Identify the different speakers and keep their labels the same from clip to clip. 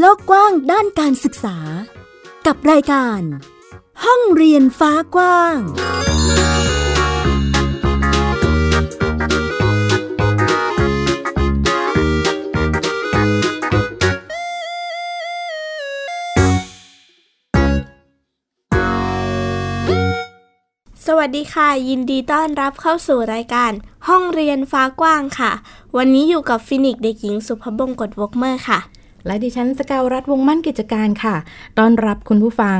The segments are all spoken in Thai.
Speaker 1: โลกกว้างด้านการศึกษา กับรายการ ห้องเรียนฟ้ากว้าง
Speaker 2: สวัสดีค่ะ ยินดีต้อนรับเข้าสู่รายการ ห้องเรียนฟ้ากว้างค่ะ วันนี้อยู่กับฟินิกซ์เด็กหญิงสุภบงกฎวกเมอร์ค่ะ
Speaker 3: และดิฉันสกาวรัฐวงศ์มั่นกิจการค่ะ ต้อนรับคุณผู้ฟัง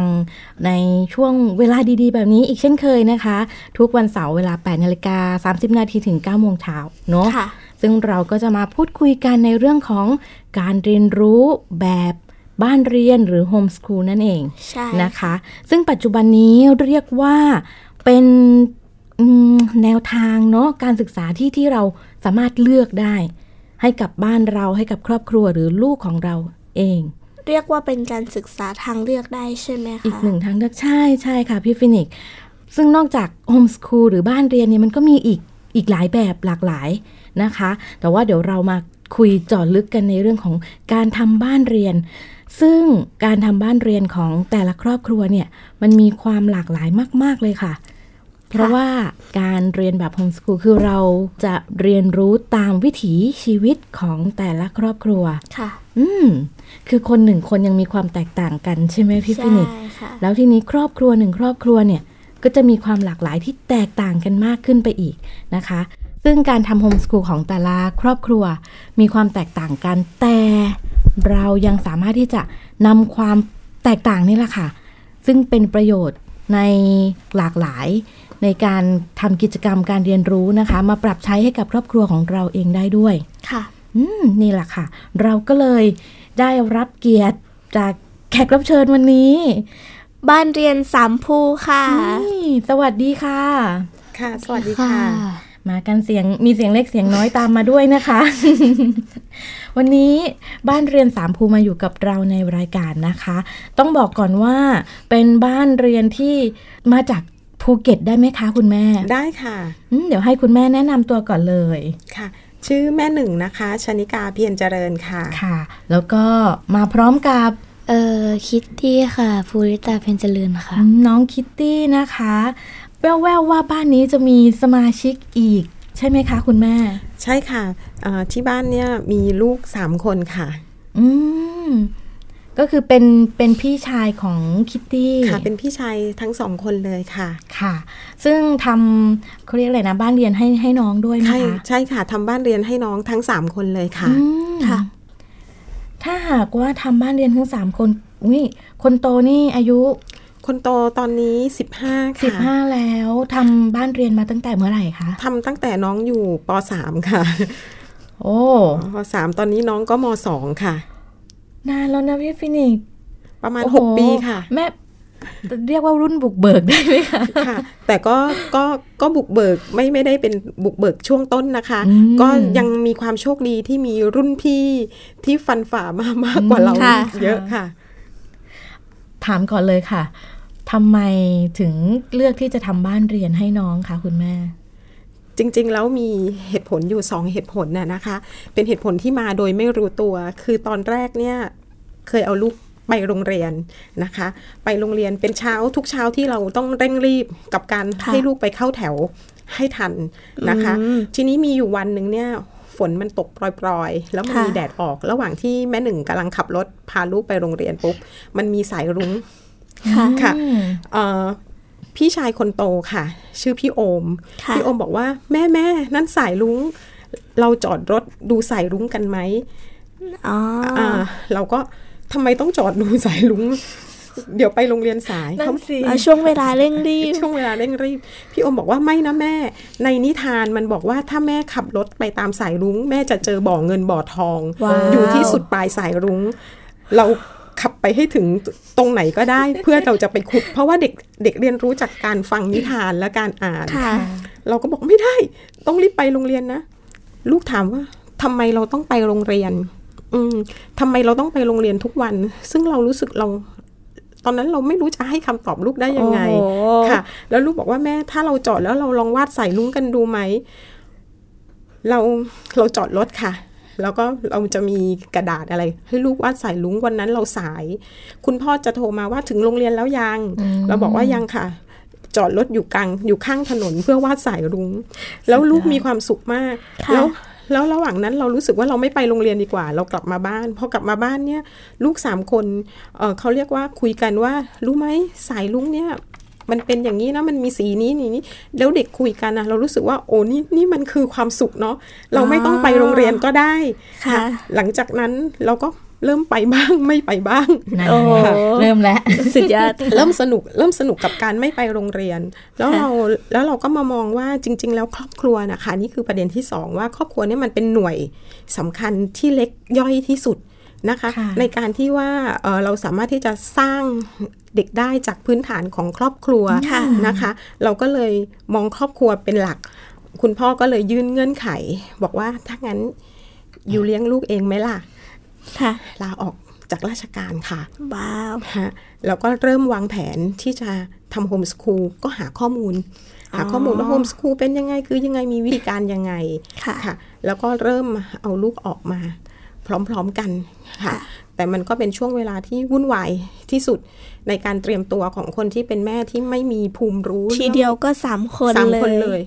Speaker 3: ในช่วงเวลาดีๆ แบบนี้อีกเช่นเคยนะคะ ทุกวันเสาร์เวลา8นาฬิกา30 นาทีถึง9โมงเช้าเนาะ
Speaker 2: ค่ะ
Speaker 3: ซึ่งเราก็จะมาพูดคุยกันในเรื่องของการเรียนรู้แบบบ้านเรียนหรือโฮมสคูลนั่นเอง
Speaker 2: ใช่
Speaker 3: นะคะ ซึ่งปัจจุบันนี้เรียกว่าเป็นอืมแนวทางเนาะการศึกษาที่ที่เราสามารถเลือกได้ ให้กับบ้านเราให้กับครอบครัวหรือลูกของเราเอง
Speaker 2: เรียกว่าเป็นการศึกษาทางเลือกได้ใช่ไหมคะ
Speaker 3: อีกหนึ่งทางเลือกใช่ใช่ค่ะพี่ฟินิกซ์ซึ่งนอกจากโฮมสคูลหรือบ้านเรียนเนี่ยมันก็มีอีกอีกหลายแบบหลากหลายนะคะ แต่ว่าเดี๋ยวเรามาคุยเจาะลึกกันในเรื่องของการทำบ้านเรียน ซึ่งการทำบ้านเรียนของแต่ละครอบครัวเนี่ยมันมีความหลากหลายมาก ๆ เลยค่ะ เพราะว่าการเรียนแบบโฮมสคูลคือเราจะเรียนรู้ตามวิถีชีวิตของแต่ละครอบครัว
Speaker 2: ค่ะ
Speaker 3: อืมคือคนหนึ่งคนยังมีความแตกต่างกันใช่ไหมพี่
Speaker 2: ใช่
Speaker 3: ฟินิกซ์
Speaker 2: ค่ะ
Speaker 3: แล้วทีนี้ครอบครัวหนึ่งครอบครัวเนี่ยก็จะมีความหลากหลายที่แตกต่างกันมากขึ้นไปอีกนะคะ ซึ่งการทำโฮมสคูลของแต่ละครอบครัว มีความแตกต่างกัน แต่เรายังสามารถที่จะนำความแตกต่างนี่แหละค่ะ ซึ่งเป็นประโยชน์ในหลากหลายในการทำกิจกรรมการเรียนรู้นะคะ มาปรับใช้ให้กับครอบครัวของเราเองได้ด้วย
Speaker 2: ค่ะ
Speaker 3: อืมนี่แหละค่ะ เราก็เลยได้รับเกียรติจากแขกรับเชิญวันนี้
Speaker 2: บ้านเรียนสามภูค่ะ
Speaker 3: นี่สวัสดีค่ะ
Speaker 4: ค่ะ สวัสดีค่ะ
Speaker 3: มากันเสียงมีเสียงเล็กเสียงน้อยตามมาด้วยนะคะ วันนี้บ้านเรียนสามภูมาอยู่กับเราในรายการนะคะ ต้องบอกก่อนว่าเป็นบ้านเรียนที่มาจากภูเก็ตได้ไหมคะคุณแม่
Speaker 4: ได้ค่ะ
Speaker 3: อืมเดี๋ยวให้คุณแม่แนะนำตัวก่อนเลย
Speaker 4: ค่ะ ชื่อแม่หนึ่งนะคะ ชนิกาเพียรเจริญค่ะ
Speaker 3: ค่ะ แล้วก็มาพร้อมกับ
Speaker 5: เอ่อคิตตี้ค่ะภูริตาเพนเจริญค่ะ
Speaker 3: น้องคิตตี้นะคะ แววๆว่าบ้านนี้จะมีสมาชิกอีก ใช่ไหมคะ คุณแม่
Speaker 4: ใช่ค่ะเอ่อที่บ้านเนี่ยมีลูก 3 คนค่ะ
Speaker 3: อืม ก็คือเป็นเป็นพี่ชายของคิตตี้
Speaker 4: ค่ะ เป็นพี่ชายทั้งสองคนเลยค่ะ
Speaker 3: ค่ะ ซึ่งทำเขาเรียกอะไรนะ บ้านเรียนให้ให้น้องด้วยไหม
Speaker 4: ใช่
Speaker 3: คะ
Speaker 4: ใช่ค่ะทำบ้านเรียนให้น้องทั้ง 3 คนเลยค่ะ
Speaker 3: อืม
Speaker 2: ค่ะ
Speaker 3: ถ้าหากว่าทำบ้านเรียนทั้งสามคนอุ้ยคนโตนี่อายุ
Speaker 4: คนโตตอนนี้ 15
Speaker 3: สิบ
Speaker 4: ค่ะ
Speaker 3: ห้าแล้วทำบ้านเรียนมาตั้งแต่เมื่อไหร่คะ
Speaker 4: ทำตั้งแต่น้องอยู่ป .3 ค่ะ
Speaker 3: โอ้
Speaker 4: ป .3 ตอนนี้น้องก็ม .2 ค่ะ
Speaker 3: นานแล้วนะพี่ฟินิกซ์
Speaker 4: ประมาณ
Speaker 3: โอ้โ
Speaker 4: 6 ปีค่ะ
Speaker 3: แม่เรียกว่ารุ่นบุกเบิกได้ไหมคะ
Speaker 4: ค่ะแต่ก็ก็ก็บุกเบิกไม่ไม่ได้เป็นบุกเบิกช่วงต้นนะคะ
Speaker 3: อืม
Speaker 4: ก็ยังมีความโชคดีที่มีรุ่นพี่ที่ฟันฝ่ามามากกว่าเรา
Speaker 2: ค่ะ
Speaker 4: เยอะค่ะ
Speaker 3: ถามก่อนเลยค่ะทำไมถึงเลือกที่จะทำบ้านเรียนให้น้องคะคุณแม่
Speaker 4: จริงๆ แล้วมีเหตุผลอยู่ 2 เหตุผลน่ะนะคะ เป็นเหตุผลที่มาโดยไม่รู้ตัว คือตอนแรกเนี่ยเคยเอาลูกไปโรงเรียนนะคะ ไปโรงเรียนเป็นเช้าทุกเช้าที่เราต้องเร่งรีบกับการ
Speaker 2: ค่ะ
Speaker 4: ให้ลูกไปเข้าแถวให้ทันนะคะ ทีนี้มีอยู่วันหนึ่งเนี่ยฝนมันตกปลอยๆ แล้วมันมี
Speaker 2: ค่ะ
Speaker 4: แดดออก ระหว่างที่แม่หนึ่งกำลังขับรถพาลูกไปโรงเรียนปุ๊บมันมีสายรุ้ง
Speaker 2: ค่ะ
Speaker 4: ค่ะเอ่อพี่ชายคนโตค่ะ ชื่อพี่โอม
Speaker 2: ค่ะ
Speaker 4: พี่โอมบอกว่าแม่แม่นั่นสายรุ้ง เราจอดรถดูสายรุ้งกันไหม
Speaker 2: อ๋ออ
Speaker 4: อ่า เราก็ทำไมต้องจอดดูสายรุ้ง เดี๋ยวไปโรงเรียนสาย
Speaker 3: นั่นสิ
Speaker 2: เอาช่วงเวลาเร่งรีบ
Speaker 4: ช่วงเวลาเร่งรีบ พี่โอมบอกว่าไม่นะแม่ ในนิทานมันบอกว่าถ้าแม่ขับรถไปตามสายรุ้ง แม่จะเจอบ่อเงินบ่อทอง
Speaker 2: ว้าว
Speaker 4: อยู่ที่สุดปลายสายรุ้ง เราขับไปให้ถึงตรงไหนก็ได้ เพื่อเราจะไปขุด เพราะว่าเด็กเด็กเรียนรู้จากการฟังนิทานและการอ่าน
Speaker 2: ค่ะ
Speaker 4: เราก็บอกไม่ได้ ต้องรีบไปโรงเรียนนะ ลูกถามว่าทำไมเราต้องไปโรงเรียน อืมทำไมเราต้องไปโรงเรียนทุกวัน ซึ่งเรารู้สึกเรา ตอนนั้นเราไม่รู้จะให้คำตอบลูกได้ยังไง
Speaker 2: โอ้โห
Speaker 4: ค่ะ แล้วลูกบอกว่าแม่ถ้าเราจอดแล้วเราลองวาดใส่ลุงกันดูไหม เราเราจอดรถค่ะ แล้วก็เราจะมีกระดาษอะไร ให้ลูกวาดสายลุงวันนั้นเราสาย คุณพ่อจะโทรมาว่าถึงโรงเรียนแล้วยังเราบอกว่ายังค่ะ จอดรถอยู่กลางอยู่ข้างถนนเพื่อวาดสายรุง้ง แล้วลูกมีความสุขมาก
Speaker 2: ค่ะ
Speaker 4: แล้วแล้วระหว่างนั้นเรารู้สึกว่าเราไม่ไปโรงเรียนดีกว่า เรากลับมาบ้านพอกลับมาบ้านเนี่ย ลูกสามคนเอ่อเขาเรียกว่าคุยกันว่า รู้ไหมสายลุงเนี่ย มันเป็นอย่างนี้นะมันมีสีนี้นี่นี่แล้วเด็กคุยกันนะเรารู้สึกว่าโอ้นี่นี่มันคือความสุขเนาะเราไม่ต้องไปโรงเรียนก็ได้
Speaker 2: ค่ะ
Speaker 4: หลังจากนั้นเราก็เริ่มไปบ้างไม่ไปบ้าง
Speaker 3: นั่น
Speaker 2: โอ้โห
Speaker 3: ค่ะเริ่มแล้ว
Speaker 2: สุดยอด
Speaker 4: เริ่มสนุกเริ่มสนุกกับการไม่ไปโรงเรียน แล้วเราแล้วเราก็มามองว่าจริง ๆ แล้วครอบครัวนะคะนี่คือประเด็นที่สองว่าครอบครัวเนี่ยมันเป็นหน่วยสำคัญที่เล็กย่อยที่สุดนะคะ
Speaker 3: ค่ะ
Speaker 4: ในการที่ว่าเอ่อเราสามารถที่จะสร้างเด็กได้จากพื้นฐานของครอบครัว
Speaker 2: ค่ะ
Speaker 4: นะคะ เราก็เลยมองครอบครัวเป็นหลัก คุณพ่อก็เลยยื่นเงื่อนไข บอกว่าถ้างั้นอยู่เลี้ยงลูกเองไหมล่ะ
Speaker 2: ค่ะ
Speaker 4: ลาออกจากราชการค่ะ
Speaker 2: ว้าว
Speaker 4: ฮะแล้วก็เริ่มวางแผนที่จะทำโฮมส o ูลก็หาข้อมูล หาข้อมูลว่าโฮมส o ูลเป็นยังไง คือยังไงมีวิธีการยังไง
Speaker 2: ค่ะ
Speaker 4: ค่ะ แล้วก็เริ่มเอาลูกออกมา พร้อมๆกันค่ะ แต่มันก็เป็นช่วงเวลาที่วุ่นวายที่สุดในการเตรียมตัวของคนที่เป็นแม่ที่ไม่มีภูมิรู้
Speaker 2: ทีเดียวก็สามคน
Speaker 4: สาม
Speaker 2: เล
Speaker 4: คน
Speaker 2: ย
Speaker 4: เลย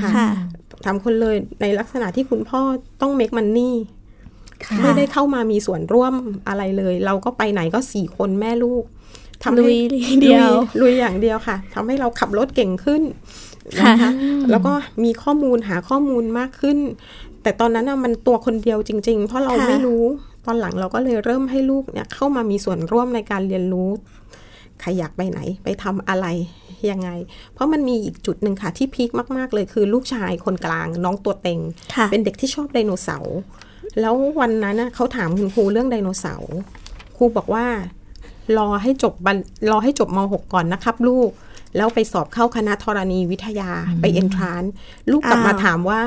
Speaker 4: ค่ะ
Speaker 2: ค่ะ
Speaker 4: สามคนเลยในลักษณะที่คุณพ่อต้องเม k มันนี่ ไม่ได้เข้ามามีส่วนร่วมอะไรเลย เราก็ไปไหนก็สี่คนแม่ลูกทำให้
Speaker 2: ลุยเดียว
Speaker 4: ลุลุยอย่างเดียวค่ะทำให้เราขับรถเก่งขึ้นนะคะ แล้วก็มีข้อมูลหาข้อมูลมากขึ้น แต่ตอนนั้นน่ะมันตัวคนเดียวจริง ๆ เพราะเรา
Speaker 2: ค่ะ
Speaker 4: ไม่รู้ตอนหลังเราก็เลยเริ่มให้ลูกเนี่ยเข้ามามีส่วนร่วมในการเรียนรู้ใครอยากไปไหน ไปทำอะไรยังไง เพราะมันมีอีกจุดหนึ่งค่ะที่พีคมาก ๆ เลยคือลูกชายคนกลางน้องตัวเต็ง
Speaker 2: ค่ะ
Speaker 4: เป็นเด็กที่ชอบไดโนเสาร์ แล้ววันนั้นน่ะเขาถามคุณครูเรื่องไดโนเสาร์ ครูบอกว่า รอให้จบบันรอให้จบม .6 ก่อนนะครับ ลูก แล้วไปสอบเข้าคณะธรณีวิทยาไปเอนทรานลูกกลับมา
Speaker 2: อ้าว
Speaker 4: ถามว่า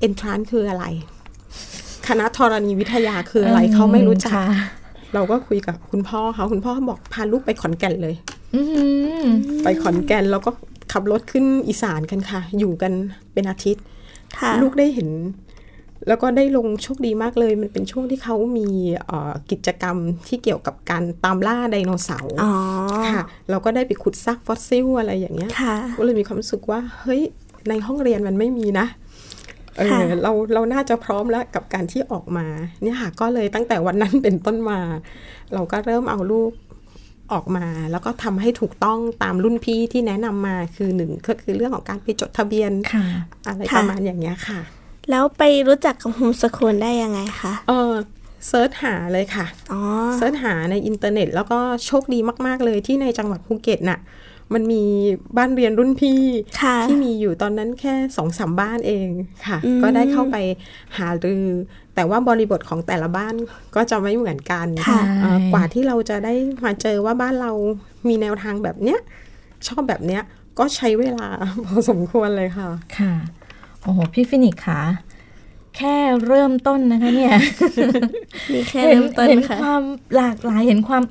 Speaker 4: เอนทรานคืออะไร คณะธรณีวิทยาคืออะไรเขาไม่รู้จัก
Speaker 5: ค่ะ
Speaker 4: เราก็คุยกับคุณพ่อเขาคุณพ่อบอกพาลูกไปขอนแก่นเลย
Speaker 5: อืม
Speaker 4: ไปขอนแก่นแล้วก็ขับรถขึ้นอีสานกันค่ะ อยู่กันเป็นอาทิตย์
Speaker 2: ค่ะ
Speaker 4: ลูกได้เห็น แล้วก็ได้ลงโชคดีมากเลย มันเป็นช่วงที่เขามีเอ่อกิจกรรมที่เกี่ยวกับการตามล่าไดโนเสาร์
Speaker 2: อ๋อ
Speaker 4: ค่ะ เราก็ได้ไปขุดซากฟอสซิลอะไรอย่างเงี้ย
Speaker 2: ค่ะ
Speaker 4: ก็เลยมีความรู้สึกว่า เฮ้ย ในห้องเรียนมันไม่มีนะเอ
Speaker 2: ค่ะ
Speaker 4: อเราเราน่าจะพร้อมแล้วกับการที่ออกมา เนี่ยค่ะก็เลยตั้งแต่วันนั้นเป็นต้นมา เราก็เริ่มเอาลูกออกมา แล้วก็ทำให้ถูกต้องตามรุ่นพี่ที่แนะนำมาคือหนึ่งก็คือเรื่องของการไปจดทะเบียน
Speaker 3: ค่ะ
Speaker 4: อะไร
Speaker 2: ค่ะ
Speaker 4: ประมาณอย่างเงี้ยค่ะ
Speaker 2: แล้วไปรู้จักกับโฮมสกูลได้ยังไงคะ
Speaker 4: เออเซิร์ชหาเลยค่ะ
Speaker 2: อ๋อ
Speaker 4: เซิร์ชหาในอินเทอร์เน็ต แล้วก็โชคดีมากๆเลยที่ในจังหวัดภูเก็ตน่ะ มันมีบ้านเรียนรุ่นพี่
Speaker 2: ค่ะ
Speaker 4: ที่มีอยู่ตอนนั้นแค่สองสามบ้านเองค่ะ
Speaker 2: อืม
Speaker 4: ก็ได้เข้าไปหารือ แต่ว่าบริบทของแต่ละบ้านก็จะไม่เหมือนกัน
Speaker 2: ค่ะ
Speaker 4: เอ่อกว่าที่เราจะได้มาเจอว่าบ้านเรามีแนวทางแบบเนี้ยชอบแบบเนี้ยก็ใช้เวลา พอสมควรเลยค่ะ
Speaker 3: ค่ะ โอ้โห พี่ฟินิกส์ค่ะ แค่เริ่มต้นนะคะเนี่ย
Speaker 2: มีแค่
Speaker 3: เห็น
Speaker 2: เริ่มต้น
Speaker 3: เห็น
Speaker 2: ค่ะ
Speaker 3: ความหลากหลายเห็นความ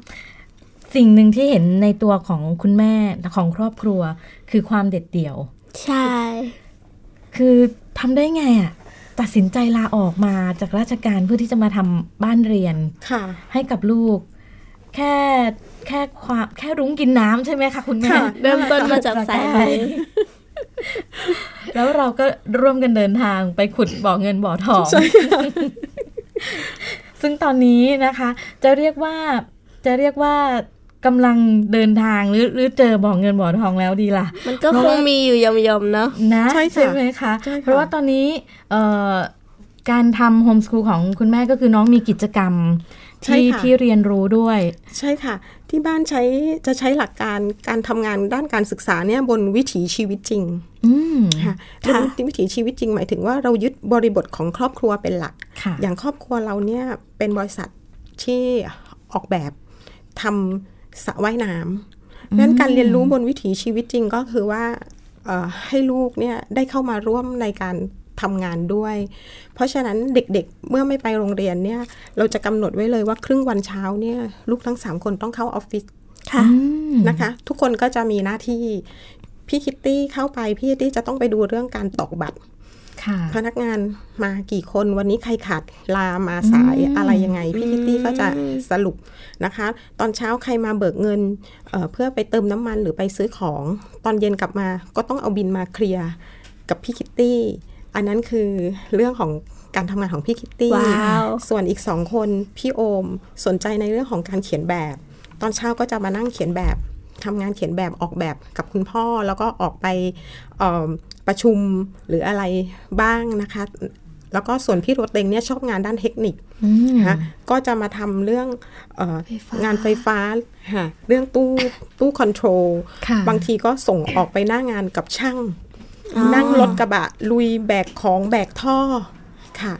Speaker 3: สิ่งหนึ่งที่เห็นในตัวของคุณแม่ของครอบครัว คือความเด็ดเดี่ยว
Speaker 2: ใช่
Speaker 3: คือทำได้ไงอ่ะ ตัดสินใจลาออกมาจากราชการเพื่อที่จะมาทำบ้านเรียน
Speaker 4: ค่ะ
Speaker 3: ให้กับลูก แค่แค่ความแค่รุ้งกินน้ำใช่ไหมคะคุณแม่
Speaker 4: ค่ะ
Speaker 2: เริ่มต้นมาจากสายไหน
Speaker 3: แล้วเราก็ร่วมกันเดินทางไปขุดบ่อเงินบ่อทอง ซึ่งตอนนี้นะคะ จะเรียกว่าจะเรียกว่ากำลังเดินทางหรือหรือเจอบ่อเงินบ่อทองแล้วดีล่ะ
Speaker 2: มันก็
Speaker 3: เพราะ
Speaker 2: ค
Speaker 3: ว่า
Speaker 2: งมีอยู่ยอมๆเนาะ
Speaker 3: นะ
Speaker 4: ใช่ค่ะ
Speaker 3: ไหมคะ
Speaker 4: ใช่ค่ะ
Speaker 3: เพราะว่าตอนนี้เอ่อการทำโฮมส o ูลของคุณแม่ก็คือน้องมีกิจกรรมที่
Speaker 4: ใช่ค่ะ
Speaker 3: ที่เรียนรู้ด้วย
Speaker 4: ใช่ค่ะ ที่บ้านใช้จะใช้หลักการการทำงานด้านการศึกษาเนี่ยบนวิถีชีวิตจริง
Speaker 3: อืม
Speaker 4: ค่ะ
Speaker 2: ค่ะ
Speaker 4: บนวิถีชีวิตจริงหมายถึงว่าเรายึดบริบทของครอบครัวเป็นหลัก
Speaker 3: ค่ะ
Speaker 4: อย่างครอบครัวเราเนี่ยเป็นบริษัทที่ออกแบบทำสระว่ายน้ำนั้นการเรียนรู้บนวิถีชีวิตจริงก็คือว่าเอ่อให้ลูกเนี่ยได้เข้ามาร่วมในการทำงานด้วย เพราะฉะนั้นเด็กๆเมื่อไม่ไปโรงเรียนเนี่ยเราจะกำหนดไว้เลยว่าครึ่งวันเช้าเนี่ยลูกทั้งสามคนต้องเข้าออฟฟิศ
Speaker 2: ค่ะ
Speaker 4: นะคะทุกคนก็จะมีหน้าที่พี่คิตตี้เข้าไป พี่คิตตี้จะต้องไปดูเรื่องการตอกบัตร
Speaker 3: ค่ะ
Speaker 4: พนักงานมากี่คนวันนี้ใครขาดลามาสาย
Speaker 3: อืม
Speaker 4: อะไรยังไง พี่คิตตี้ก็จะสรุปนะคะ ตอนเช้าใครมาเบิกเงินเอ่อเพื่อไปเติมน้ำมันหรือไปซื้อของ ตอนเย็นกลับมาก็ต้องเอาบินมาเคลียร์กับพี่คิตตี้ อันนั้นคือเรื่องของการทำงานของพี่คิตตี้
Speaker 2: ว้าว
Speaker 4: ส่วนอีกสองคนพี่โอมสนใจในเรื่องของการเขียนแบบ ตอนเช้าก็จะมานั่งเขียนแบบทำงานเขียนแบบออกแบบกับคุณพ่อแล้วก็ออกไปเอิ่มประชุมหรืออะไรบ้างนะคะ แล้วก็ส่วนพี่โรถเต็งเนี่ยชอบงานด้านเทคนิค
Speaker 3: อืม
Speaker 4: นะคะก็จะมาทำเรื่องเออ
Speaker 5: ไฟฟ้าง
Speaker 4: งานไฟฟ้าค่ะเรื่องตู้ตู้คอนโทรล
Speaker 3: ค่ะ
Speaker 4: บางทีก็ส่งออกไปหน้างานกับช่าง นั่งรถกระบะลุยแบกของแบกท่อค่ะ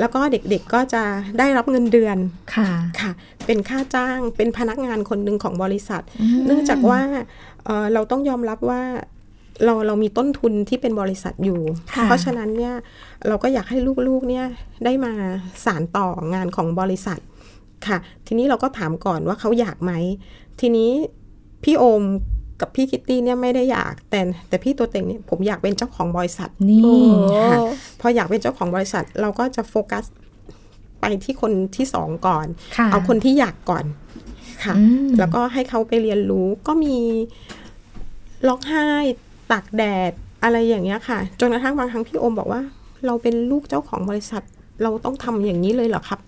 Speaker 4: แล้วก็เด็กๆก็จะได้รับเงินเดือน
Speaker 3: ค่ะ
Speaker 4: ค่ะเป็นค่าจ้างเป็นพนักงานคนหนึ่งของบริษัท เนื่องจากว่าเอ่อเราต้องยอมรับว่าเราเรามีต้นทุนที่เป็นบริษัทอยู่
Speaker 2: ค่ะ
Speaker 4: เพราะฉะนั้นเนี่ยเราก็อยากให้ลูกๆเนี่ยได้มาสารต่องานของบริษัทค่ะ ทีนี้เราก็ถามก่อนว่าเขาอยากไหม ทีนี้พี่โอมกับพี่คิตตี้เนี่ยไม่ได้อยากแต่แต่พี่ตัวเต็งเนี่ยผมอยากเป็นเจ้าของบริษัท
Speaker 3: นี่
Speaker 2: โอ้โห
Speaker 4: ค่ะพออยากเป็นเจ้าของบริษัทเราก็จะโฟกัสไปที่คนที่สองก่อน
Speaker 3: ค่ะ
Speaker 4: เอาคนที่อยากก่อนค่ะ
Speaker 3: อืม
Speaker 4: แล้วก็ให้เขาไปเรียนรู้ก็มีร้องไห้ตากแดดอะไรอย่างเงี้ยค่ะ จนกระทั่งบางครั้งพี่โอมบอกว่า เราเป็นลูกเจ้าของบริษัท เราต้องทำอย่างนี้เลยเหรอ ครับ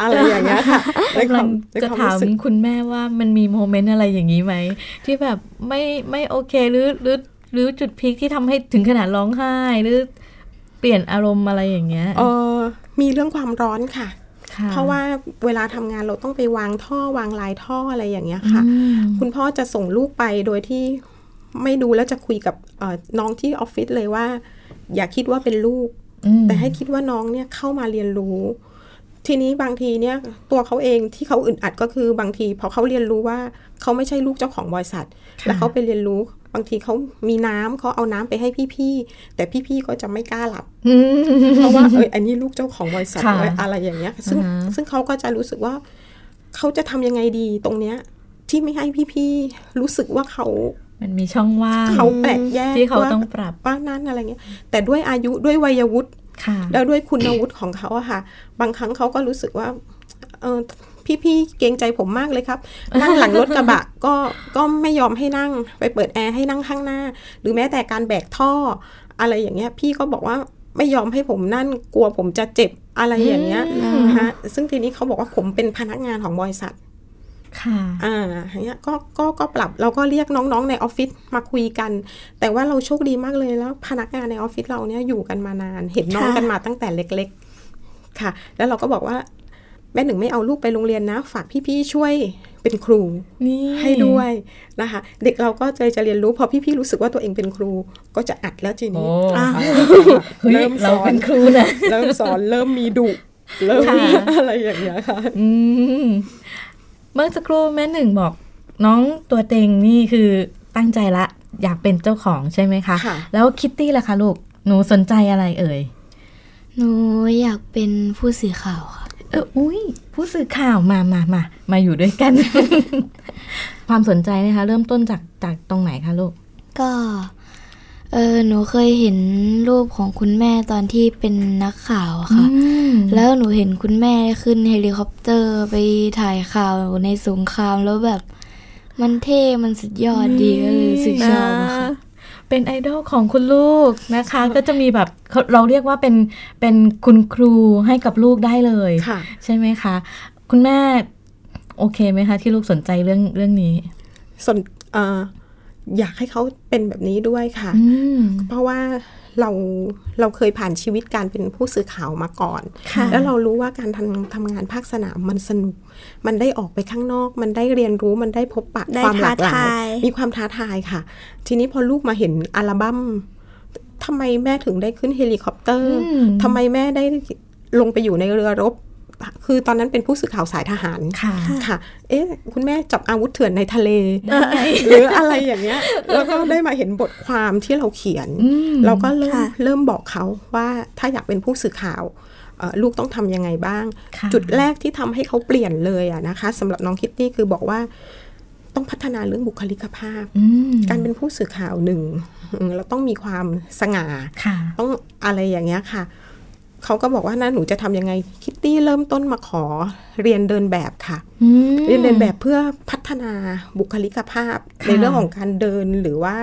Speaker 4: อะไรอย่างเงี้ยค่ะใน
Speaker 3: กำ
Speaker 4: ค
Speaker 3: ลั
Speaker 4: วาม
Speaker 3: ง
Speaker 4: ใน
Speaker 3: จะ
Speaker 4: คว
Speaker 3: ถาม
Speaker 4: รู้สึก
Speaker 3: คุณแม่ว่ามันมีโมเมนต์อะไรอย่างนี้ไหม ที่แบบไม่ไม่โอเคหรือหรือหรือจุดพีคที่ทำให้ถึงขนาดร้องไห้หรือเปลี่ยนอารมณ์อะไรอย่างเงี้ย
Speaker 4: เออมีเรื่องความร้อนค่ะ
Speaker 3: ค่ะ
Speaker 4: เพราะว่าเวลาทำงานเราต้องไปวางท่อวางลายท่ออะไรอย่างเงี้ยค่ะ
Speaker 3: อืม
Speaker 4: คุณพ่อจะส่งลูกไปโดยที่ไม่ดูแล้วจะคุยกับเอ่อน้องที่ออฟฟิศเลยว่า อย่าคิดว่าเป็นลูก
Speaker 3: อืม
Speaker 4: แต่ให้คิดว่าน้องเนี่ยเข้ามาเรียนรู้ ทีนี้บางทีเนี่ยตัวเขาเองที่เขาอึดอัดก็คือบางทีพอเขาเรียนรู้ว่าเขาไม่ใช่ลูกเจ้าของบริษัท แล้วเขาไปเรียนรู้ บางทีเขามีน้ำเขาเอาน้ำไปให้พี่ๆแต่พี่ๆก็จะไม่กล้าหลับ
Speaker 3: อืม
Speaker 4: เพราะว่าเอยอันนี้ลูกเจ้าของบริษัท
Speaker 3: ค่ะ
Speaker 4: เอ้ยอะไรอย่างเงี้ย ซึ่ง
Speaker 3: อ่าฮะ
Speaker 4: ซึ่งเขาก็จะรู้สึกว่าเขาจะทำยังไงดีตรงเนี้ย ที่ไม่ให้พี่ๆรู้สึกว่าเขา
Speaker 3: มันมีช่องว่าง
Speaker 4: เขาแปลกแยก
Speaker 3: ที่เขา
Speaker 4: ว่า
Speaker 3: ต้องปรับ
Speaker 4: ว่านั่นอะไรเงี้ย แต่ด้วยอายุด้วยวัยวุฒิ
Speaker 3: ค่ะ
Speaker 4: แล้วด้วยคุณวุฒิของเขาอะค่ะ บางครั้งเขาก็รู้สึกว่าเออพี่ๆเกรงใจผมมากเลยครับ นั่งหลังรถกระบะ ก็ก็ไม่ยอมให้นั่งไปเปิดแอร์ให้นั่งข้างหน้า หรือแม้แต่การแบกท่อ อะไรอย่างเงี้ย พี่ก็บอกว่าไม่ยอมให้ผมนั่นกลัวผมจะเจ็บอะไรอย่างเงี้ยนะฮะซึ่งทีนี้เขาบอกว่าผมเป็นพนักงานของบริษัท
Speaker 3: ค่ะ
Speaker 4: อ่าอย่างเงี้ยก็ก็ก็ปรับเราก็เรียกน้องๆในออฟฟิศมาคุยกัน แต่ว่าเราโชคดีมากเลยแล้ว พนักงานในออฟฟิศเราเนี่ยอยู่กันมานาน เห็นน้อง
Speaker 2: ค่ะ
Speaker 4: กันมาตั้งแต่เล็กๆ ค่ะ แล้วเราก็บอกว่าแม่หนึ่งไม่เอาลูกไปโรงเรียนนะ ฝากพี่ๆช่วยเป็นครู
Speaker 3: นี่
Speaker 4: ให้ด้วยนะคะ เด็กเราก็จะจะเรียนรู้พอพี่ๆรู้สึกว่าตัวเองเป็นครูก็จะอัดแล้วที
Speaker 3: โอ้
Speaker 4: นี้
Speaker 3: อ่ะ
Speaker 4: อ่ะ
Speaker 3: เฮ้ย
Speaker 4: เริ่มส
Speaker 3: เรา
Speaker 4: อ
Speaker 3: เป็น นครูนะ
Speaker 4: เริ่มสอนเริ่มมีดุเริ่ม
Speaker 3: ค่ะ
Speaker 4: อะไรอย่างเงี้ยค่ะ
Speaker 3: อืมเมื่อสักครู่แม่หนึ่งบอก น้องตัวเต็งนี่คือตั้งใจละ อยากเป็นเจ้าของใช่ไหมคะ
Speaker 4: ค่ะ
Speaker 3: แล้วคิตตี้ล่ะคะลูก หนูสนใจอะไรเอ่ย
Speaker 5: หนูอยากเป็นผู้สื่อข่าวค่ะ
Speaker 3: เอออุ้ยผู้สื่อข่าวมามามามาอยู่ด้วย กัน ความสนใจนะคะ เริ่มต้นจากจากตรงไหนคะลูก
Speaker 5: ก็เออหนูเคยเห็นรูปของคุณแม่ตอนที่เป็นนักข่าวอะค่ะ แล้วหนูเห็นคุณแม่ขึ้นเฮลิคอปเตอร์ไปถ่ายข่าวในสงครามแล้วแบบ มันเท่มันสุดยอดดีก็เลยรู้สึกชอบอะค่ะ
Speaker 3: เป็นไอดอลของคุณลูกนะคะ ก็จะมีแบบเขาเราเรียกว่าเป็นเป็นคุณครูให้กับลูกได้เลย
Speaker 4: ค่ะ
Speaker 3: ใช่ไหมคะ คุณแม่โอเคไหมคะ ที่ลูกสนใจเรื่องเรื่องนี้
Speaker 4: สนเอออยากให้เขาเป็นแบบนี้ด้วยค่ะ
Speaker 3: อืม
Speaker 4: เพราะว่าเราเราเคยผ่านชีวิตการเป็นผู้สื่อข่าวมาก่อน
Speaker 3: ค่ะ
Speaker 4: แล้วเรารู้ว่าการทำทำงานภาคสนามมันสนุก มันได้ออกไปข้างนอก มันได้เรียนรู้มันได้พบปะ
Speaker 2: ได้
Speaker 4: ความหลากหลา
Speaker 2: ท้าทาย ย
Speaker 4: มีความท้าทายค่ะ ทีนี้พอลูกมาเห็นอัลบั้มทำไมแม่ถึงได้ขึ้นเฮลิคอปเตอร์
Speaker 3: อืม
Speaker 4: ทำไมแม่ได้ลงไปอยู่ในเรือรบ คือตอนนั้นเป็นผู้สื่อข่าวสายทหาร
Speaker 3: ค่ะ
Speaker 4: ค่ะ เอ๊ะ คุณแม่จับอาวุธเถื่อนในทะเล หรืออะไรอย่างเงี้ย แล้วก็ได้มาเห็นบทความที่เราเขียน
Speaker 3: อืม
Speaker 4: เราก็เริ่ม
Speaker 2: ค่ะ
Speaker 4: เริ่มบอกเขาว่าถ้าอยากเป็นผู้สื่อข่าวเอ่อลูกต้องทำยังไงบ้าง
Speaker 3: ค่ะ
Speaker 4: จุดแรกที่ทำให้เขาเปลี่ยนเลยอะนะคะสำหรับน้องคิตตี้คือบอกว่า ต้องพัฒนาเรื่องบุคลิกภาพ
Speaker 3: อืม
Speaker 4: การเป็นผู้สื่อข่าวหนึ่งอืมเราต้องมีความสง่า
Speaker 3: ค่ะ
Speaker 4: ต้องอะไรอย่างเงี้ยค่ะ เขาก็บอกว่านะหนูจะทำยังไง คิตตี้เริ่มต้นมาขอเรียนเดินแบบค่ะ
Speaker 3: อืม
Speaker 4: เรียนเดินแบบเพื่อพัฒนาบุคลิกภาพ
Speaker 3: ค่ะ
Speaker 4: ในเรื่องของการเดินหรือว่า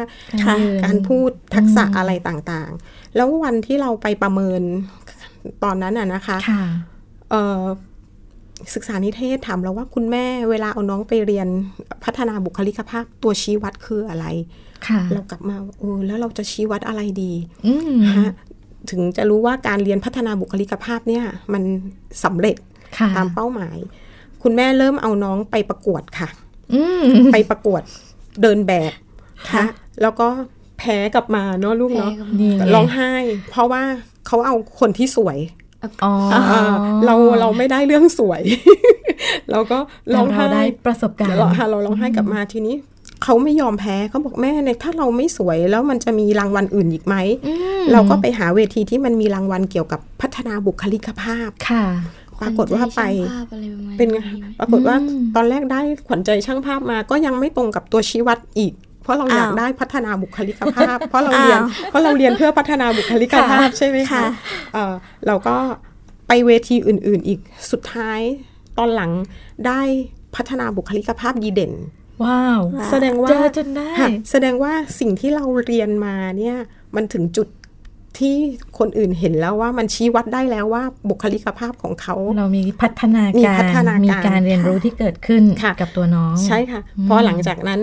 Speaker 2: ค่ะ
Speaker 3: เดิน
Speaker 4: การพูดทักษะอะไรต่างๆ แล้ววันที่เราไปประเมินตอนนั้นน่ะนะคะ
Speaker 3: ค่ะ
Speaker 4: เอ่อศึกษานิเทศถามเราว่าคุณแม่เวลาเอาน้องไปเรียนพัฒนาบุคลิกภาพตัวชี้วัดคืออะไร
Speaker 3: ค่ะ
Speaker 4: เรากลับมาโอ้แล้วเราจะชี้วัดอะไรดี
Speaker 3: อืม
Speaker 4: ฮะถึงจะรู้ว่าการเรียนพัฒนาบุคลิกภาพเนี่ยมันสำเร็จ
Speaker 3: ค่ะ
Speaker 4: ตามเป้าหมาย คุณแม่เริ่มเอาน้องไปประกวดค่ะ
Speaker 3: อืม
Speaker 4: ไปประกวดเดินแบบค่ะแล้วก็แพ้กลับมาเนาะลูก
Speaker 5: แพ้
Speaker 4: เนาะ
Speaker 5: กับ
Speaker 3: นี่ไง
Speaker 4: ร้องไห้ เพราะว่าเขาเอาคนที่สวย
Speaker 3: อ๋ออา
Speaker 4: เราเราไม่ได้เรื่องสวย เราก็
Speaker 3: แต่
Speaker 4: ร้องไห้
Speaker 3: เราได้ประสบการณ์
Speaker 4: เดี๋ยวเราหาเราร้องไห้กลับมาทีนี้เขาไม่ยอมแพ้เขาบอกแม่ในยถ้าเราไม่สวยแล้วมันจะมีรางวัลอื่นอีกไหม
Speaker 3: ม
Speaker 4: เราก็ไปหาเวทีที่มันมีรางวัลเกี่ยวกับพัฒนาบุคลิกภาพ
Speaker 3: ค่ะ
Speaker 4: ปรากฏว่าไป
Speaker 5: ขญใจช่งภพอะไรระมาณ
Speaker 4: เป็นไง
Speaker 5: นี้ไหม
Speaker 4: ปรากฏว่าตอนแรกได้ขวัญใจช่างภาพมาก็ยังไม่ตรงกับตัวชี้วัดอีก เพราะเราอยาก
Speaker 2: อ้าว
Speaker 4: ได้พัฒนาบุคลิกภาพ เพราะเราเรียนเพราะเราเรียนเพื่อพัฒนาบุคลิกภาพ
Speaker 2: ค่ะ
Speaker 4: ใช่ไหมคะ
Speaker 2: ค่ะ
Speaker 4: เอ่อเราก็ไปเวทีอื่น ๆ อีกสุดท้ายตอนหลังได้พัฒนาบุคลิกภาพดีเด่น
Speaker 3: ว้าว
Speaker 4: แสดงว่า
Speaker 3: เจอจนได้
Speaker 4: ค่ะแสดงว่าสิ่งที่เราเรียนมาเนี่ยมันถึงจุดที่คนอื่นเห็นแล้วว่ามันชี้วัดได้แล้วว่าบุคลิกภาพของเขา
Speaker 3: เรามีพัฒนา
Speaker 4: มี
Speaker 3: การ
Speaker 4: พัฒนาการ
Speaker 3: การเรียนรู้ที่เกิดขึ้น
Speaker 4: ค่ะ
Speaker 3: กับตัวน้อง
Speaker 4: ใช่ค่ะพอหลังจากนั้น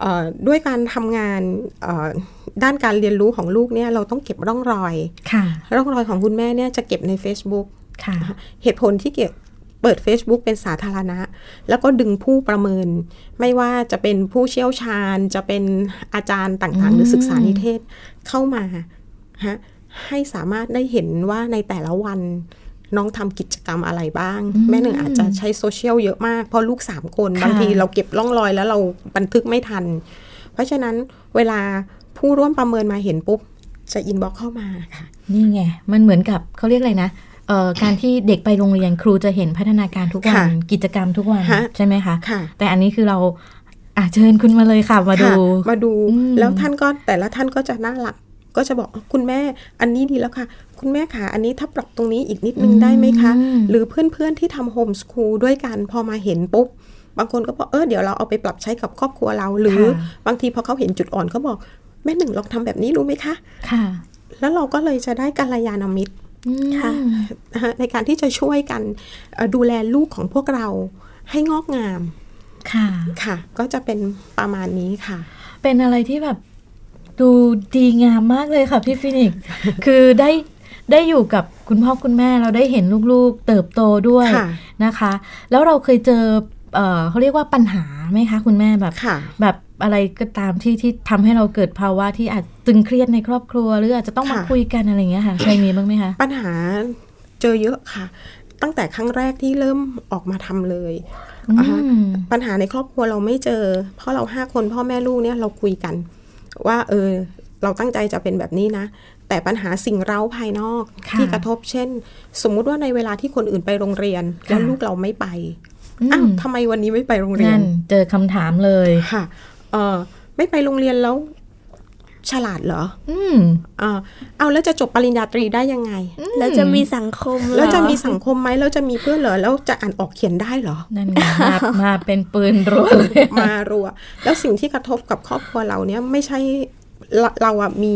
Speaker 4: เอ่อด้วยการทำงานเอ่อด้านการเรียนรู้ของลูกเนี่ยเราต้องเก็บร่องรอย
Speaker 3: ค่ะ
Speaker 4: ร่องรอยของคุณแม่เนี่ยจะเก็บใน Facebook
Speaker 3: ค่ะ
Speaker 4: เหตุผลที่เก็บเปิด Facebook เป็นสาธารณะ แล้วก็ดึงผู้ประเมิน ไม่ว่าจะเป็นผู้เชี่ยวชาญ จะเป็นอาจารย์ต่างๆ หรือศึกษานิเทศเข้ามาฮะให้สามารถได้เห็นว่าในแต่ละวันน้องทำกิจกรรมอะไรบ้าง แม่หนึ่งอาจจะใช้โซเชียลเยอะมาก เพราะลูก 3 คน
Speaker 3: ค่ะ
Speaker 4: บางทีเราเก็บร่องรอยแล้วเราบันทึกไม่ทัน เพราะฉะนั้นเวลาผู้ร่วมประเมินมาเห็นปุ๊บ จะอินบ็อกเข้ามาค่ะ
Speaker 3: นี่ไง มันเหมือนกับเขาเรียกอะไรนะเอ่อการที่เด็กไปโรงเรียนครูจะเห็นพัฒนาการทุกวัน
Speaker 4: ค่ะ
Speaker 3: กิจกรรมทุกวัน
Speaker 4: ฮะ
Speaker 3: ใช่ไหมคะ
Speaker 4: ค่ะ
Speaker 3: แต่อันนี้คือเราอาเชิญคุณมาเลยค่ะ มาดู
Speaker 4: ค่ะมาดู
Speaker 3: อืม
Speaker 4: แล้วท่านก็แต่ละท่านก็จะน่ารัก ก็จะบอกอ๋อคุณแม่อันนี้ดีแล้วค่ะ คุณแม่ค่ะอันนี้ถ้าปรับตรงนี้อีกนิดนึงได้ไหมคะ
Speaker 3: อืม
Speaker 4: หรือเพื่อนๆที่ทำโฮมส o ูลด้วยกันพอมาเห็นปุ๊บ บางคนก็บอกเออเดี๋ยวเราเอาไปปรับใช้กับครอบครัวเรา หรือบางทีพอเขาเห็นจุดอ่อนเขาบอก แม่หนึ่งลองทำแบบนี้ดูไหมคะ
Speaker 3: ค่ะ
Speaker 4: แล้วเราก็เลยจะได้กัลยาณมิตร
Speaker 3: อืม
Speaker 2: ค่ะ
Speaker 4: นะฮะในการที่จะช่วยกันเอ่อดูแลลูกของพวกเราให้งอกงาม
Speaker 3: ค่ะ
Speaker 4: ค่ะ ก็จะเป็นประมาณนี้ค่ะ
Speaker 3: เป็นอะไรที่แบบดูดีงามมากเลยค่ะพี่ฟินิกซ์ คือได้ได้อยู่กับคุณพ่อคุณแม่เราได้เห็นลูกๆ เติบโตด้วย
Speaker 4: ค่ะ
Speaker 3: นะคะ แล้วเราเคยเจอเอ่อเขาเรียกว่าปัญหาไหมคะ คุณแม่แบบ
Speaker 4: ค่ะ
Speaker 3: แบบอะไรก็ตามที่ที่ทำให้เราเกิดภาวะที่อาจตึงเครียดในครอบครัว หรืออาจจะต้องมา
Speaker 4: ค่ะ
Speaker 3: คุยกันอะไรอย่างเงี้ยค่ะเคยมีบ้างไหมคะ
Speaker 4: ปัญหาเจอเยอะค่ะ ตั้งแต่ครั้งแรกที่เริ่มออกมาทำเลย
Speaker 3: อื
Speaker 4: อ่าฮะ
Speaker 3: ม
Speaker 4: ปัญหาในครอบครัวเราไม่เจอ เพราะเราห้าคนพ่อแม่ลูกเนี่ยเราคุยกัน ว่าเออเราตั้งใจจะเป็นแบบนี้นะ แต่ปัญหาสิ่งเร้าภายนอก
Speaker 3: ค่ะ
Speaker 4: ที่กระทบเช่น สมมุติว่าในเวลาที่คนอื่นไปโรงเรียน
Speaker 3: ค่ะ
Speaker 4: แล้วลูกเราไม่ไป
Speaker 3: อื
Speaker 4: อ้าว
Speaker 3: ม
Speaker 4: ทำไมวันนี้ไม่ไปโรงเรีย
Speaker 3: นั่
Speaker 4: น
Speaker 3: นเจอคำถามเลย
Speaker 4: ค่ะเออไม่ไปโรงเรียนแล้ว ฉลาดเหรอ
Speaker 3: อืม
Speaker 4: เออเอาแล้วจะจบปริญญาตรีได้ยังไง
Speaker 2: แล้วจะมีสังคมเหรอ
Speaker 4: แล้วจะมีสังคมไหมแล้วจะมีเพื่อนเหรอแล้วจะอ่านออกเขียนได้ เหรอ
Speaker 3: นั่นไงมามาเป็นปืนรัวเลย
Speaker 4: มารัว แล้วสิ่งที่กระทบกับครอบครัวเราเนี่ยไม่ใช่เราเราอะมี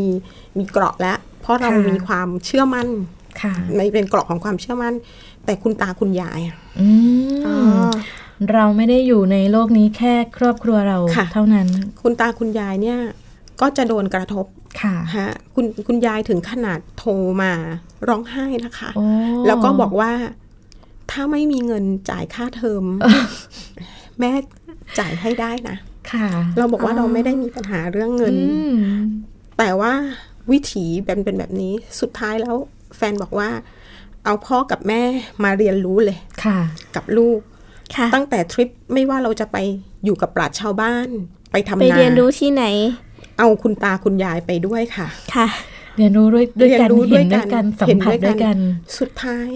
Speaker 4: มีเกราะแล้ว เพราะเรา
Speaker 3: ค่ะ
Speaker 4: มีความเชื่อมั่น
Speaker 3: ค่ะ
Speaker 4: ในเป็นเกราะของความเชื่อมั่น แต่คุณตาคุณยายอะ
Speaker 3: อืม
Speaker 4: า
Speaker 3: เราไม่ได้อยู่ในโลกนี้แค่ครอบครัวเรา
Speaker 4: ค่ะ
Speaker 3: เท่านั้น
Speaker 4: คุณตาคุณยายเนี่ยก็จะโดนกระทบ
Speaker 3: ค่ะ
Speaker 4: ฮะคุณคุณยายถึงขนาดโทรมาร้องไห้นะคะ
Speaker 3: โอ้
Speaker 4: แล้วก็บอกว่าถ้าไม่มีเงินจ่ายค่าเทอ ม แม่จ่ายให้ได้นะ
Speaker 3: ค่ะ
Speaker 4: เราบอกว่าเราไม่ได้มีปัญหาเรื่องเงิน
Speaker 3: อืม
Speaker 4: แต่ว่าวิถีเป็นเป็นแบบนี้สุดท้ายแล้วแฟนบอกว่า เอาพ่อกับแม่มาเรียนรู้เลย
Speaker 3: ค่ะ
Speaker 4: กับลูก
Speaker 2: ค่ะ
Speaker 4: ตั้งแต่ทริปไม่ว่าเราจะไปอยู่กับปราชญ์ชาวบ้าน ไปทำนา
Speaker 2: ไปเรียนรู้ที่ไหน
Speaker 4: เอาคุณตาคุณยายไปด้วยค่ะ
Speaker 2: ค่ะ
Speaker 3: เรียนรู้ด้วยด้วยกัน
Speaker 4: เรียนรู้
Speaker 3: เห็นด้วยกันสัมผัส
Speaker 4: เห็
Speaker 3: ด้วยกัน
Speaker 4: สุดท้าย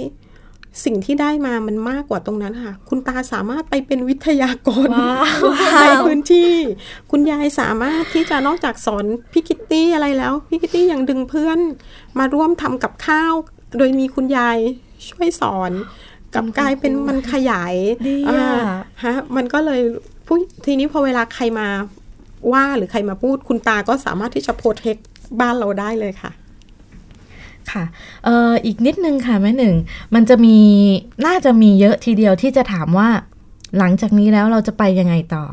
Speaker 4: สิ่งที่ได้มามันมากกว่าตรงนั้นค่ะ คุณตาสามารถไปเป็นวิทยากรในพื้นที่ คุณยายสามารถที่จะนอกจากสอนพี่คิตตี้อะไรแล้วพี่คิตตี้ยังดึงเพื่อน มาร่วมทำกับข้าว โดยมีคุณยายช่วยสอนกลับกลายเป็นมันขยาย
Speaker 3: ดีอะ
Speaker 4: อ่าฮะมันก็เลยผู้ทีนี้พอเวลาใครมาว่าหรือใครมาพูด คุณตาก็สามารถที่จะโปรเทคบ้านเราได้เลยค่ะ
Speaker 3: ค่ะเอ่ออีกนิดนึงค่ะแม่หนึ่ง มันจะมีน่าจะมีเยอะทีเดียวที่จะถามว่า หลังจากนี้แล้วเราจะไปยังไงต่อ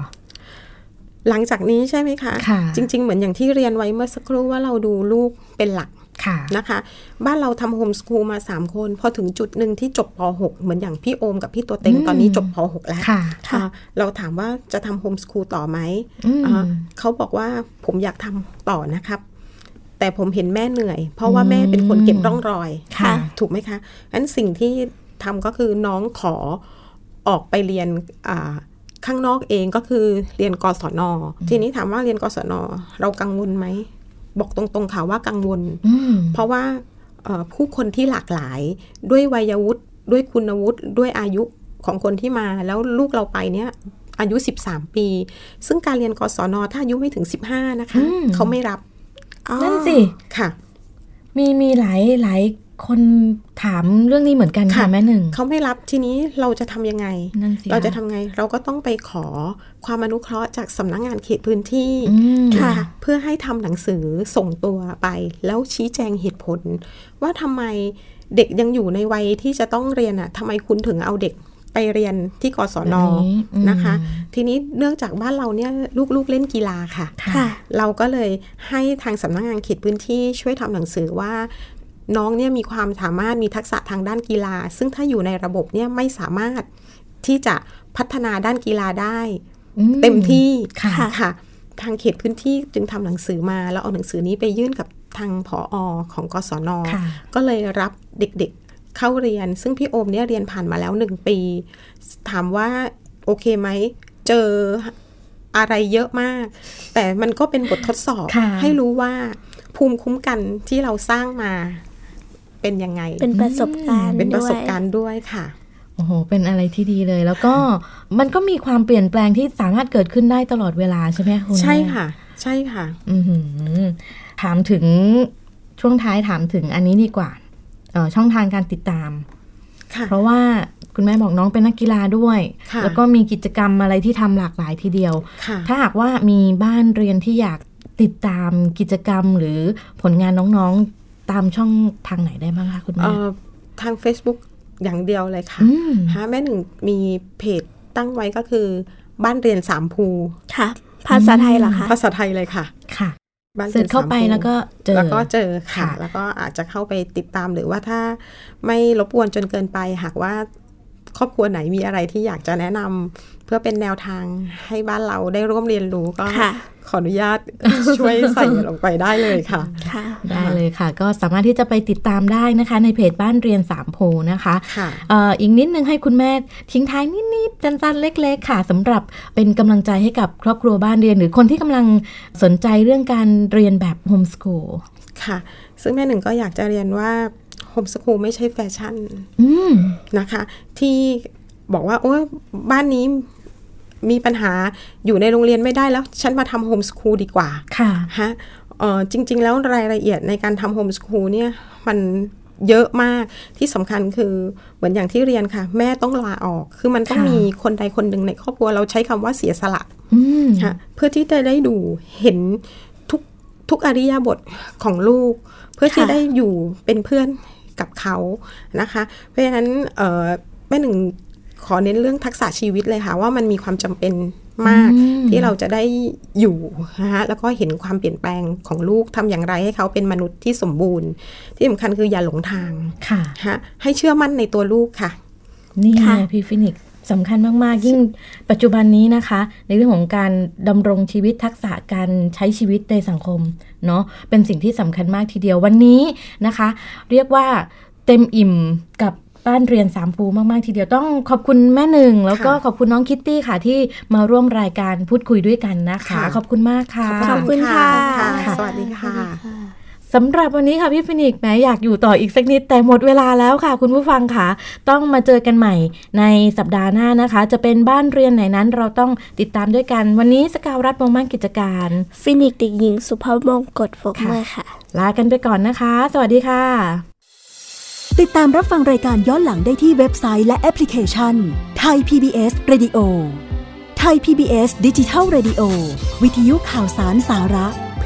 Speaker 4: หลังจากนี้ใช่ไหมคะ
Speaker 3: ค่ะ
Speaker 4: จริง ๆ เหมือนอย่างที่เรียนไว้เมื่อสักครู่ว่าเราดูลูกเป็นหลัก
Speaker 3: ค่ะ
Speaker 4: นะคะ บ้านเราทำโฮมสคูลมา 3 คน พอถึงจุดหนึ่งที่จบป .6 เหมือนอย่างพี่โอมกับพี่ตัวเต็ง
Speaker 3: อืม
Speaker 4: ตอนนี้จบป .6 แล้ว
Speaker 3: ค่ะ
Speaker 4: อ่าเราถามว่าจะทำโฮมสคูลต่อไหม
Speaker 3: อืม
Speaker 4: อ่าเขาบอกว่าผมอยากทำต่อนะครับ แต่ผมเห็นแม่เหนื่อย เพราะว่าแม่เป็นคนเก็บร่องรอย
Speaker 3: ค่ะ
Speaker 4: ถูกไหมคะงั้นสิ่งที่ทำก็คือน้องขอออกไปเรียนอ่าข้างนอกเองก็คือเรียนกศน ทีนี้ถามว่าเรียนกศน เรากังวลไหม บอกตรงๆค่ะว่ากังวล
Speaker 3: อืม
Speaker 4: เพราะว่าเอ่อผู้คนที่หลากหลายด้วยวัยวุฒิด้วยคุณวุฒิด้วยอายุของคนที่มาแล้วลูกเราไปเนี่ยอายุ 13 ปี ซึ่งการเรียนกศน ถ้าอายุไม่ถึง 15 นะคะ
Speaker 3: อืม
Speaker 4: เขาไม่รับ
Speaker 3: นั่นสิ
Speaker 4: ค่ะ
Speaker 3: มีมีหลายหลายคนถามเรื่องนี้เหมือนกันค่ะ
Speaker 4: ค่ะ
Speaker 3: แม่หนึ่ง
Speaker 4: เขาไม่รับทีนี้เราจะทำยังไง
Speaker 3: นั่นสิ
Speaker 4: เราจะทำไงเราก็ต้องไปขอความอนุเคราะห์จากสำนักงานเขตพื้นที่
Speaker 3: อืม
Speaker 4: นะคะเพื่อให้ทำหนังสือส่งตัวไป แล้วชี้แจงเหตุผล ว่าทำไมเด็กยังอยู่ในวัยที่จะต้องเรียนอ่ะทำไมคุณถึงเอาเด็กไปเรียนที่กศน
Speaker 3: แบบอืม
Speaker 4: นะคะ ทีนี้เนื่องจากบ้านเราเนี่ยลูกๆเล่นกีฬาค่ะ
Speaker 3: ค่ะ
Speaker 2: ค่ะ
Speaker 4: เราก็เลยให้ทางสำนักงานเขตพื้นที่ช่วยทำหนังสือว่า น้องเนี่ยมีความสามารถมีทักษะทางด้านกีฬา ซึ่งถ้าอยู่ในระบบเนี่ยไม่สามารถที่จะพัฒนาด้านกีฬาได้
Speaker 3: อื
Speaker 4: เต็มที่
Speaker 3: ค่ะ
Speaker 4: ค่ะ ทางเขตพื้นที่จึงทำหนังสือมา แล้วเอาหนังสือนี้ไปยื่นกับทางผออของกศน
Speaker 3: ค่ะ
Speaker 4: ก็เลยรับเด็กๆเข้าเรียน ซึ่งพี่โอมเนี่ยเรียนผ่านมาแล้วหนึ่งปี ถามว่าโอเคไหม เจออะไรเยอะมาก แต่มันก็เป็นบททดสอบ
Speaker 3: ค่ะ
Speaker 4: ให้รู้ว่าภูมิคุ้มกันที่เราสร้างมาเป็นยังไง
Speaker 2: เป็นประสบการณ์
Speaker 4: เป็นประสบ
Speaker 2: ด้วย
Speaker 4: การณ์ด้วยค่ะ
Speaker 3: โอ้โห เป็นอะไรที่ดีเลย แล้วก็มันก็มีความเปลี่ยนแปลงที่สามารถเกิดขึ้นได้ตลอดเวลาใช่ไหมคุณ
Speaker 4: ใช่
Speaker 3: แม่
Speaker 4: ค่ะ ใช่ค่ะ
Speaker 3: อือหือถามถึงช่วงท้ายถามถึงอันนี้ดีกว่าเอ่อช่องทางการติดตาม
Speaker 4: ค่ะ
Speaker 3: เพราะว่าคุณแม่บอกน้องเป็นนักกีฬาด้วย
Speaker 4: ค่ะ
Speaker 3: แล้วก็มีกิจกรรมอะไรที่ทำหลากหลายทีเดียว
Speaker 4: ค่ะ
Speaker 3: ถ้าหากว่ามีบ้านเรียนที่อยากติดตามกิจกรรมหรือผลงานน้องๆตามช่องทางไหนได้บ้างคะคุณแม่
Speaker 4: เอ่อทาง Facebook อย่างเดียวเลยค่ะ
Speaker 3: อืม
Speaker 4: ฮะแม่หนึ่งมีเพจตั้งไว้ก็คือ บ้านเรียนสามภู
Speaker 2: ค่ะ ภาษาไทยเหรอคะ
Speaker 4: ภาษาไทยเลยค่ะ
Speaker 3: ค่ะ
Speaker 4: บ้าน
Speaker 3: เสิ
Speaker 4: รี
Speaker 3: ร์ช
Speaker 4: ยนสมภู
Speaker 3: เข้าไปแล้วก็เจอ
Speaker 4: แล้วก็เจอค่ะ
Speaker 3: ค่ะ
Speaker 4: แล้วก็อาจจะเข้าไปติดตามหรือว่าถ้าไม่รบกวนจนเกินไป หากว่าครอบครัวไหนมีอะไรที่อยากจะแนะนำเพื่อเป็นแนวทางให้บ้านเราได้ร่วมเรียนรู้ก็
Speaker 2: ค่ะ
Speaker 4: ขออนุญาตช่วยใส่ลงไปได้เลยค่ะ
Speaker 2: ค่ะ
Speaker 3: ได้เลยค่ะ ก็สามารถที่จะไปติดตามได้นะคะ ในเพจบ้านเรียนสามโพนะคะ
Speaker 4: ค่ะ
Speaker 3: เอ่ออีกนิดนึงให้คุณแม่ทิ้งท้ายนิดๆสั้นๆเล็ก ๆ ค่ะสำหรับเป็นกำลังใจให้กับครอบครัวบ้านเรียน หรือคนที่กำลังสนใจเรื่องการเรียนแบบโฮมสกูล
Speaker 4: ค่ะ ซึ่งแม่หนึ่งก็อยากจะเรียนว่าโฮมสคูลไม่ใช่แฟชั่น
Speaker 3: อืม
Speaker 4: นะคะที่บอกว่า โอ้ยบ้านนี้มีปัญหาอยู่ในโรงเรียนไม่ได้แล้ว ฉันมาทำโฮมสคูลดีกว่า
Speaker 3: ค่ะ
Speaker 4: ฮะเอ่อจริง ๆ แล้วรายละเอียดในการทำโฮมสคูลเนี่ยมันเยอะมากที่สำคัญคือเหมือนอย่างที่เรียนค่ะ แม่ต้องลาออก คือมันต้อง
Speaker 3: ค่ะ
Speaker 4: มีคนใดคนหนึ่งในครอบครัวเราใช้คำว่าเสียสละ
Speaker 3: อืม
Speaker 4: ค่ะเพื่อที่จะได้ดูเห็นทุกทุกอริยาบทของลูก เพื่อที่
Speaker 2: ค่ะ
Speaker 4: ได้อยู่เป็นเพื่อนกับเขานะคะ เพราะฉะนั้นเอ่อแม่หนึ่งขอเน้นเรื่องทักษะชีวิตเลยค่ะ ว่ามันมีความจำเป็นมาก
Speaker 3: อืม
Speaker 4: ที่เราจะได้อยู่นะคะแล้วก็เห็นความเปลี่ยนแปลงของลูกทำอย่างไรให้เขาเป็นมนุษย์ที่สมบูรณ์ ที่สำคัญคืออย่าหลงทาง
Speaker 3: ค่ะ
Speaker 4: ฮะให้เชื่อมั่นในตัวลูกค่ะ
Speaker 3: นี่ไง
Speaker 2: ค่ะ
Speaker 3: พี่ฟินิกส์สำคัญมากๆ ยิ่งปัจจุบันนี้นะคะ ในเรื่องของการดำรงชีวิตทักษะการใช้ชีวิตในสังคมเนาะเป็นสิ่งที่สำคัญมากทีเดียววันนี้นะคะ เรียกว่าเต็มอิ่มกับบ้านเรียนสามภูมากๆ ทีเดียวต้องขอบคุณแม่หนึ่ง แล้วก็
Speaker 4: ค่ะ
Speaker 3: ขอบคุณน้องคิตตี้ค่ะที่มาร่วมรายการพูดคุยด้วยกันนะคะ
Speaker 4: ค่ะ
Speaker 3: ขอบคุณมากค่ะ
Speaker 2: ขอบคุณค่ะ
Speaker 4: ขอบณสวัสดีค่ะ
Speaker 5: ค่ะ
Speaker 3: ส สำหรับวันนี้ค่ะพี่ฟินิกส์แหม้อยากอยู่ต่ออีกสักนิดแต่หมดเวลาแล้วค่ะ คุณผู้ฟังค่ะต้องมาเจอกันใหม่ในสัปดาห์หน้านะคะ จะเป็นบ้านเรียนไหนนั้นเราต้องติดตามด้วยกัน วันนี้สกาวรัฐวงศ์มั่นกิจการ
Speaker 2: ฟินิกส์เด็กหญิงสุภมงกฎโฟกเมอร์ค่ะ
Speaker 3: ลากันไปก่อนนะคะ สวัสดีค่ะ
Speaker 1: ติดตามรับฟังรายการย้อนหลังได้ที่เว็บไซต์และแอปพลิเคชันไทย PBS Radio ไทย PBS ดิจิทัล Radio วิทยุข่าวสารสาระ เพ